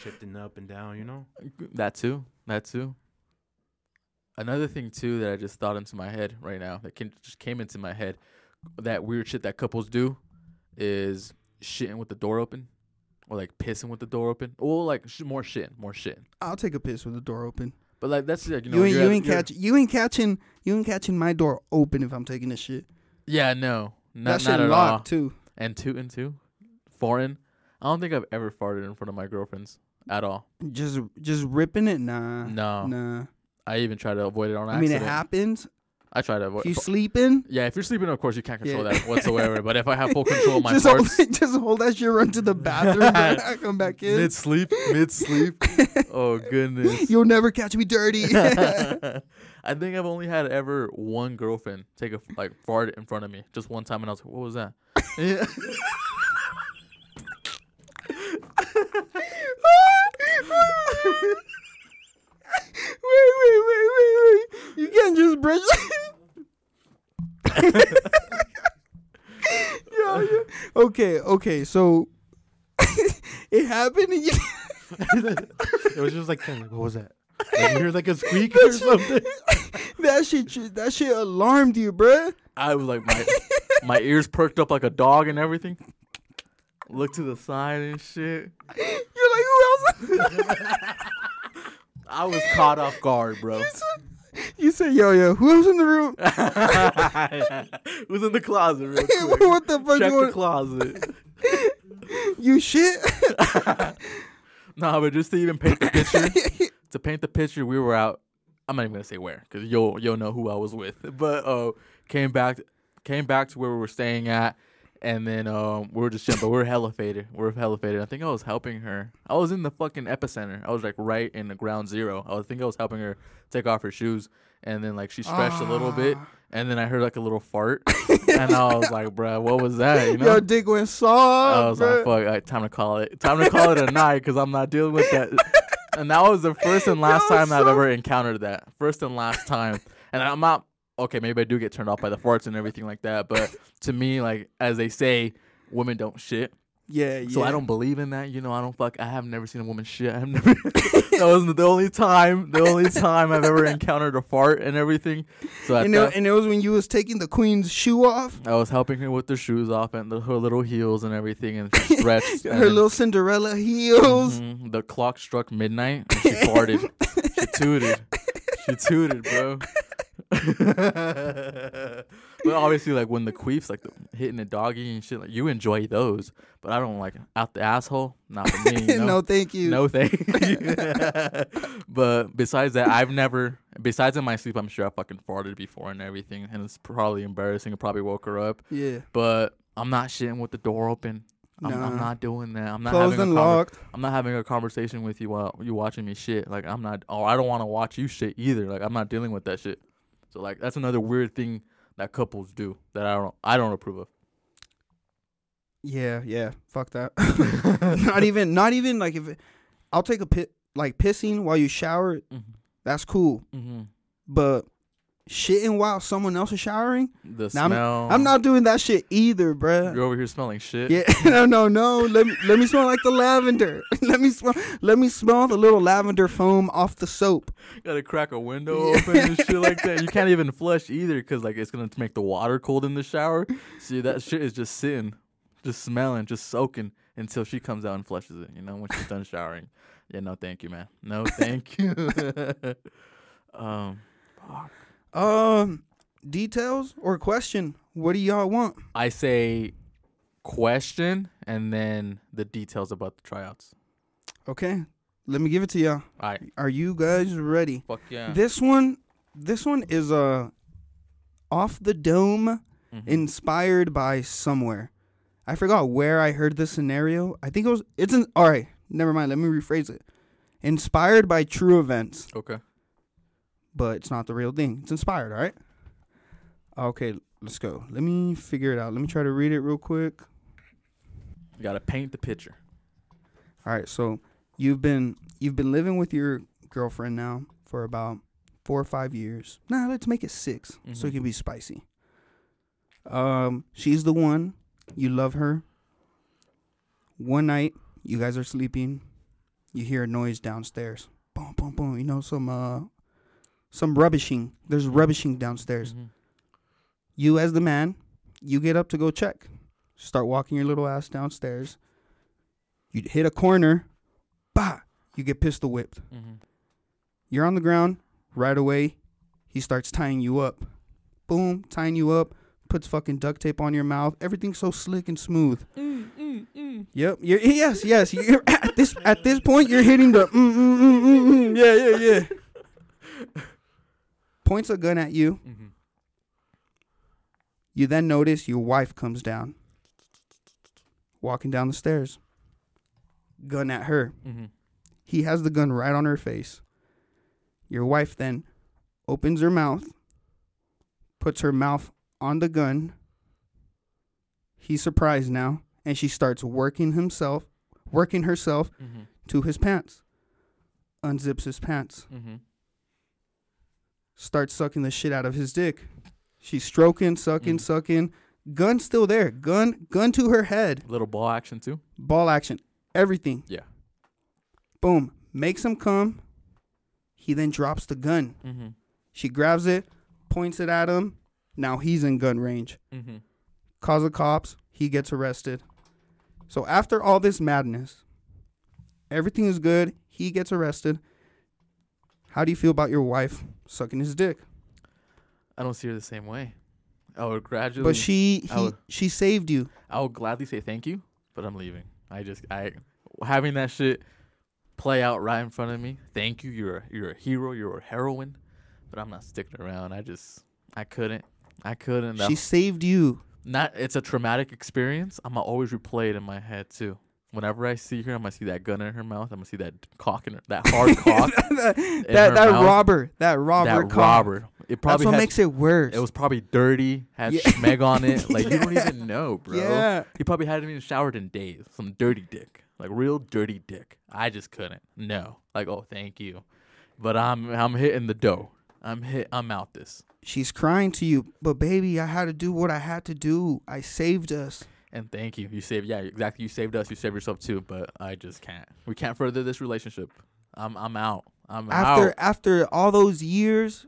C: shifting up and down, you know.
A: That too. That too. Another thing too that I just thought into my head right now that can, just came into my head, that weird shit that couples do, is shitting with the door open, or like pissing with the door open, or like sh- more shitting, more shitting.
B: I'll take a piss with the door open.
A: But like that's like you
B: You,
A: know
B: ain't
A: you're
B: you
A: at-
B: ain't
A: you're-
B: catch you ain't catching you ain't catching my door open if I'm taking a shit.
A: Yeah, no, not
B: that
A: not
B: shit
A: at
B: locked
A: all.
B: too.
A: And two and two, foreign. I don't think I've ever farted in front of my girlfriends at all.
B: Just just ripping it, nah,
A: No,
B: nah.
A: I even try to avoid it on
B: I mean,
A: accident.
B: it happens,
A: I try to avoid.
B: If you sleeping,
A: yeah, if you're sleeping, of course you can't control
B: Yeah.
A: that whatsoever. but if I have full control of my
B: just
A: parts,
B: hold, just hold that shit, run to the bathroom, bro, come back in.
A: mid sleep, mid sleep. oh goodness.
B: You'll never catch me dirty.
A: I think I've only had ever one girlfriend take a f- like fart in front of me just one time, and I was like, "What was that?" Yeah.
B: wait, wait, wait, wait, wait. You can't just brush. yeah, yeah. Okay, okay. So it happened, and you
C: it was just like, kinda like, what was that? Like, you heard like a squeak or something.
B: that shit that shit alarmed you, bruh.
A: I was like, my my ears perked up like a dog and everything. Look to the side and shit.
B: You're like, who else?
A: I was caught off guard, bro.
B: you say, yo, yo, who else in the room?
A: it was in the closet, real quick.
B: what the fuck?
A: Check
B: You,
A: the closet.
B: you shit?
A: Nah, but just to even paint the picture, to paint the picture, we were out. I'm not even gonna say where, cause you'll you'll know who I was with. But uh, came back, came back to where we were staying at, and then um, we were just chilling. but we were hella faded. We were hella faded. I think I was helping her. I was in the fucking epicenter. I was like right in the ground zero. I was- think I was helping her take off her shoes, and then like she stretched a little bit,
B: Ah.
A: and then I heard like a little fart, and I was like, bruh, what was that? You know?
B: Yo, dick went
A: I
B: soft,
A: was like,
B: bruh.
A: fuck, all right, time to call it. Time to call it a night because I'm not dealing with that. And that was the first and last
B: Yo,
A: time I've
B: so-
A: ever encountered that. First and last time. And I'm not, okay, maybe I do get turned off by the farts and everything like that. But to me, like, as they say, women don't shit.
B: yeah, yeah.
A: So I don't believe in that. You know, I don't fuck, I have never seen a woman shit. I've never, that was the only time, the only time I've ever encountered a fart and everything. So I
B: And it,
A: thought-
B: and it was when you was taking the queen's shoe off,
A: I was helping her with the shoes off and the, her little heels and everything and she stretched.
B: her
A: and then-
B: little Cinderella heels.
A: Mhm. The clock struck midnight and she farted. she tooted. She tooted, bro. but obviously, like when the queefs, like the, hitting the doggy and shit, like you enjoy those. But I don't like out the asshole. Not for me. You know?
B: no, thank you.
A: No thank you. but besides that, I've never. Besides in my sleep, I'm sure I fucking farted before and everything, and it's probably embarrassing. It probably woke her up.
B: Yeah.
A: But I'm not shitting with the door open. I'm, I'm
B: Nah.
A: not doing that. I'm not
B: Closed
A: having
B: and
A: a conver-
B: locked.
A: I'm not having a conversation with you while you watching me shit. Like I'm not, or I don't want to watch you shit either. Like I'm not dealing with that shit. So like that's another weird thing that couples do that I don't, I don't approve of.
B: Yeah, yeah. Fuck that. not even, not even like if it- I'll take a pit like pissing while you shower.
A: Mm-hmm.
B: That's cool,
A: Mm-hmm.
B: but shitting while someone else is showering,
A: The
B: Nah,
A: smell.
B: I'm not doing that shit either, bruh.
A: You're over here smelling Uh-huh. shit.
B: Yeah, no, no, no. Let me let me smell like the lavender. let me smell. Let me smell the little lavender foam off the soap.
A: Gotta crack a window open and shit like that. You can't even flush either because like it's gonna make the water cold in the shower. See that shit is just sitting, just smelling, just soaking until she comes out and flushes it. You know when she's done showering. Yeah, no, thank you, man. No, thank you. um,
B: Um, details or question? What do y'all want?
A: I say question and then the details about the tryouts.
B: Okay, let me give it to y'all.
A: All right,
B: Are you guys ready?
A: fuck yeah.
B: This one, this one is uh, off the dome,
A: Mhm.
B: inspired by somewhere. I forgot where I heard this scenario. I think it was. It's an. All right, never mind. Let me rephrase it. Inspired by true events.
A: okay.
B: but it's not the real thing. It's inspired, all right? Okay, let's go. Let me figure it out. Let me try to read it real quick.
A: You gotta paint the picture.
B: All right, so you've been you've been living with your girlfriend now for about 4 or 5 years. Now, let's make it 6 so it
A: Mhm.
B: can be spicy. Um, she's the one. You love her. One night, you guys are sleeping. You hear a noise downstairs. Boom, boom, boom. You know some uh some rubbishing. There's rubbishing downstairs.
A: Mhm.
B: you as the man, you get up to go check. Start walking your little ass downstairs. You hit a corner, bah, you get pistol whipped.
A: Mhm.
B: You're on the ground right away. He starts tying you up. Boom, tying you up, puts fucking duct tape on your mouth. Everything's so slick and smooth. Yep. You're, yes, yes. You're at this at this point you're hitting the mm, mm, mm, mm, mm. yeah, yeah, yeah. Points a gun at you
A: Mhm.
B: You then notice your wife comes down, walking down the stairs, gun at her.
A: Mm-hmm.
B: He has the gun right on her face. Your wife then opens her mouth, puts her mouth on the gun. He's surprised now, and she starts working himself, working herself
A: Mm-hmm.
B: to his pants. Unzips his pants,
A: Mm-hmm.
B: starts sucking the shit out of his dick. She's stroking, sucking,
A: Mhm.
B: sucking. Gun still there. Gun, gun to her head.
A: Little ball action too.
B: Ball action. Everything.
A: Yeah.
B: Boom. Makes him come. He then drops the gun.
A: Mm-hmm.
B: She grabs it, points it at him. Now he's in gun range.
A: Mm-hmm.
B: Calls the cops. He gets arrested. So after all this madness, everything is good. He gets arrested. How do you feel about your wife sucking his dick?
A: I don't see her the same way. I would gradually,
B: But she
A: I
B: he,
A: would-
B: she saved you.
A: I would gladly say thank you, but I'm leaving. I just, I having that shit play out right in front of me. Thank you. You're, a, you're a hero. You're a heroine, but I'm not sticking around. I just, I couldn't. I couldn't. That-
B: She saved you.
A: not it's a traumatic experience. I'm gonna always replay it in my head too. Whenever I see her, I'm gonna see that gun in her mouth. I'm gonna see that cock in her, that hard cock,
B: that
A: her
B: that, that
A: mouth.
B: robber. That robber.
A: that
B: cop.
A: robber. It
B: That's
A: probably
B: what
A: had,
B: makes it worse.
A: it was probably dirty, had
B: Yeah.
A: schmeg on it. Like you don't
B: Yeah.
A: even know, bro.
B: Yeah.
A: He probably hadn't even showered in days. Some dirty dick, like real dirty dick. I just couldn't. No, like oh thank you, but I'm I'm hitting the dough. I'm hit. I'm out this.
B: She's crying to you, but baby, I had to do what I had to do. I saved us.
A: And thank you. You saved, yeah, exactly. You saved us. You saved yourself too. But I just can't. We can't further this relationship. I'm, I'm out. I'm
B: After
A: out.
B: after all those years,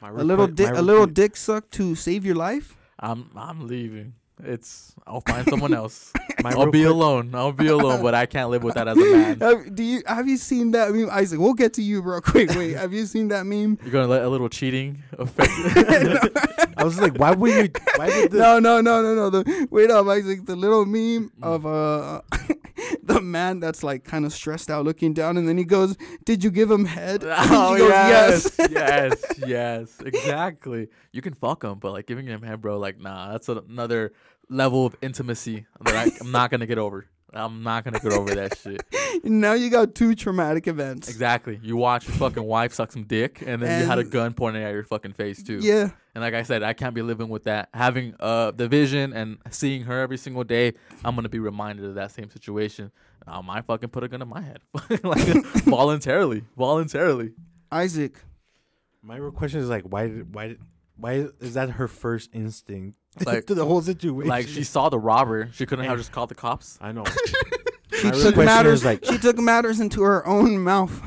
C: My
B: a little
C: requi-
B: dick,
C: my
B: a little
C: requi-
B: dick suck to save your life.
A: I'm, I'm leaving. It's. I'll find someone else.
C: my
A: I'll
C: real
A: be
C: quick-
A: alone. I'll be alone. But I can't live with that as a man.
B: Have, do you have you seen that meme, Isaac? We'll get to you real quick. Wait, have you seen that meme?
A: You're gonna let a little cheating affect.
C: I was like, why would you? Why would this?
B: No, no, no, no, no. The, wait up, Isaac. The little meme of uh, the man that's like kind of stressed out, looking down, and then he goes, "Did you give him head?" And
A: oh
B: she goes,
A: yes, yes, yes, exactly. You can fuck him, but like giving him head, bro. Like nah, that's a- another level of intimacy that I, I'm not gonna get over. I'm not gonna get over that shit.
B: Now you got two traumatic events.
A: Exactly. You watch your fucking wife suck some dick, and then you had a
B: And-
A: gun pointed at your fucking face too.
B: Yeah.
A: And like I said, I can't be living with that. Having uh the vision and seeing her every single day, I'm gonna be reminded of that same situation. I might fucking put a gun in my head, like voluntarily, voluntarily.
B: Isaac,
C: My real question is like, why? Did, why? Did, why is that her first instinct
A: Like-
C: to the whole situation?
A: Like she saw the robber, she couldn't have just called the cops.
C: I know.
B: she
C: My real
B: took
C: question
B: matters.
C: is like,
B: she took matters into her own mouth.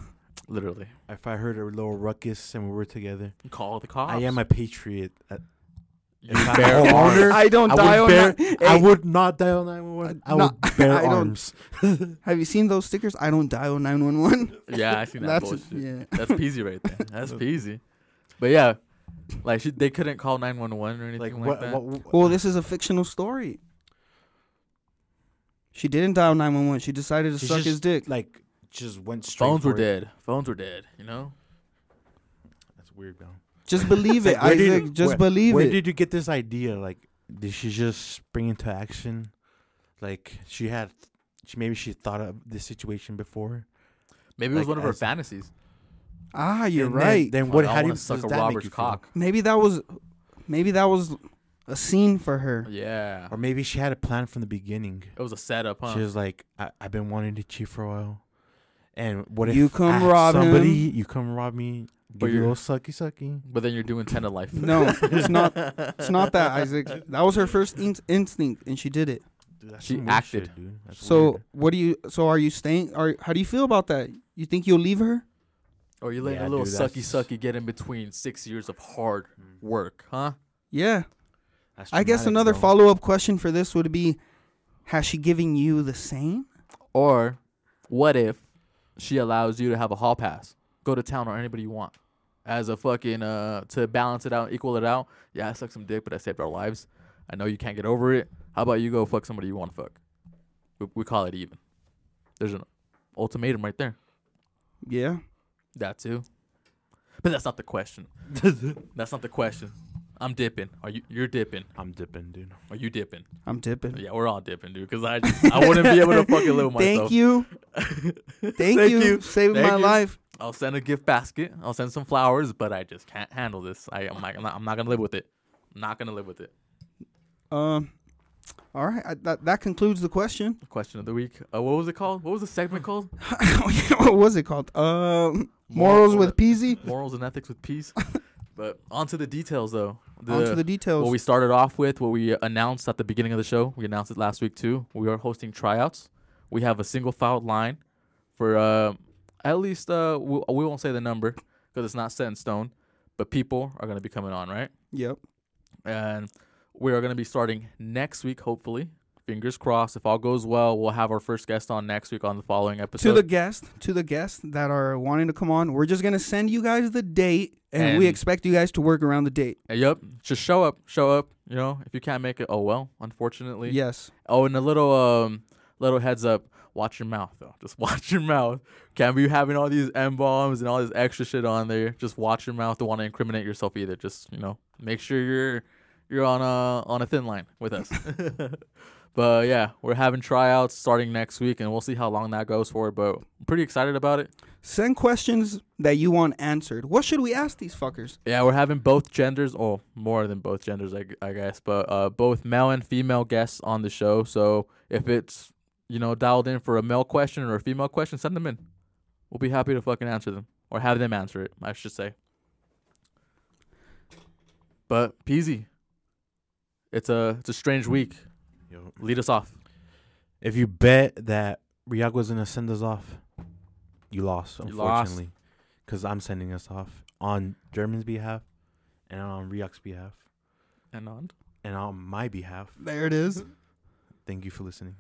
A: Literally,
C: if I heard a little ruckus and we were together,
A: call the cops.
C: I am a patriot. I,
A: You
C: if I-
A: bear
C: I
A: arms.
C: honor-
B: I don't
C: I
B: die
C: would
B: on
C: bear.
B: that-
C: I
B: Hey,
C: would not dial nine one one. I
B: no,
C: would bear
B: I don't-
C: arms.
B: Have you seen those stickers? I don't dial nine one one.
A: Yeah, I seen that
B: That's
A: bullshit.
B: yeah.
A: That's peasy right there. That's peasy. But yeah, like she, they couldn't call nine one one or anything like,
C: Like what?
A: that.
C: what, what
B: Well, this is a fictional story. She didn't dial nine one one. She decided to
C: She
B: suck
C: just-
B: his dick.
C: like just went straight.
A: Phones were
C: for it.
A: dead. Phones were dead. You know.
C: That's weird, though.
B: Just believe it,
C: Like, where did-
B: Isaac. Just
C: where-
B: believe
C: Where
B: it.
C: did you get this idea? Like, did she just spring into action? Like she had, she maybe she thought of this situation before.
A: Maybe it was
C: Like,
A: one of her
C: as-
A: fantasies.
B: ah, you're
C: And then-
B: right.
C: Then,
A: Like,
C: what?
A: I
C: how do
A: wanna
C: you
A: suck
C: does
A: a
C: that make
A: robber's
C: you feel?
A: cock?
B: maybe that was, maybe that was a scene for her.
A: Yeah,
C: Or maybe she had a plan from the beginning.
A: it was a setup, huh?
C: She was like, I, "I've been wanting to cheat for a while, and what if
B: You come
C: I-
B: rob
C: somebody? You come rob me,
A: But
C: give you a
A: you're-
C: little sucky sucky."
A: but then you're doing ten to life.
B: No, it's not. It's not that, Isaac. That was her first in- instinct, and she did it.
C: Dude, that's
A: She
C: some weird
A: acted.
C: shit, dude. That's
B: So
C: weird.
B: what do you? So are you staying? Are how do you feel about that? You think you'll leave her?
A: Or you letting
C: Yeah,
A: a little
C: dude,
A: sucky
C: that's-
A: sucky get in between six years of hard work, huh?
B: Yeah.
C: That's
B: I guess
C: traumatic,
B: another
C: bro.
B: follow up question for this would be, has she given you the same?
A: Or what if she allows you to have a hall pass, go to town or anybody you want, as a fucking uh to balance it out, equal it out? Yeah, I sucked some dick, but I saved our lives. I know you can't get over it. How about you go fuck somebody you want to fuck? We, we call it even. There's an ultimatum right there.
B: Yeah.
A: That too. But that's not the question. that's not the question. I'm dipping. Are you? You're dipping.
C: I'm dipping, dude.
A: Are you dipping?
B: I'm dipping.
A: Yeah, we're all dipping, dude. Because I I wouldn't be able to fucking live with myself.
B: Thank you. Thank, you. Saving
A: Thank
B: my
A: you.
B: life.
A: I'll send a gift basket. I'll send some flowers, but I just can't handle this. I, I'm, like, I'm not. I'm not gonna live with it. I'm not gonna live with it.
B: Um. All right. I, that that concludes the question.
A: Question of the week. Uh, what was it called? What was the segment called?
B: what was it called? Um. Morals with PZ.
A: morals and ethics with peace. but onto the details, though. The,
B: On to the details.
A: What we started off with, what we announced at the beginning of the show, we announced it last week too. We are hosting tryouts. We have a single filed line for uh, at least uh, we, we won't say the number because it's not set in stone, but people are going to be coming on, right?
B: yep.
A: and we are going to be starting next week hopefully fingers crossed if all goes well we'll have our first guest on next week on the following episode
B: to the guests, to the guests that are wanting to come on, we're just gonna send you guys the date, and, we
A: And-
B: expect you guys to work around the date.
A: Uh, yep just show up show up you know if you can't make it oh well unfortunately
B: Yes.
A: oh and a little um little heads up watch your mouth though just watch your mouth can't be having all these m bombs and all this extra shit on there just watch your mouth don't want to incriminate yourself either just you know make sure you're you're on a on a thin line with us But yeah, we're having tryouts starting next week, and we'll see how long that goes for. But I'm pretty excited about it.
B: Send questions that you want answered. What should we ask these fuckers?
A: Yeah, we're having both genders, or more than both genders, I, gu- I guess, but uh, both male and female guests on the show. So if it's you know dialed in for a male question or a female question, send them in. We'll be happy to fucking answer them or have them answer it. I should say. But Peasy, it's a it's a strange week.
C: Yo.
A: Lead us off.
C: If you bet that Riyadh was gonna send us off, you lost,
A: You lost.
C: unfortunately. Because I'm sending us off on German's behalf, and on Riyadh's behalf,
A: And on.
C: and on my behalf.
B: There it is.
C: Thank you for listening.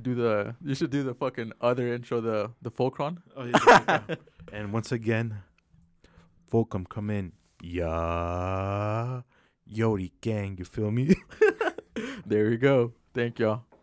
A: Do the you should do the fucking other intro the the Fulcron.
C: Oh, yeah, and once again, Volcom, come in. Yeah. Yodi gang, you feel me?
A: There you go. Thank y'all.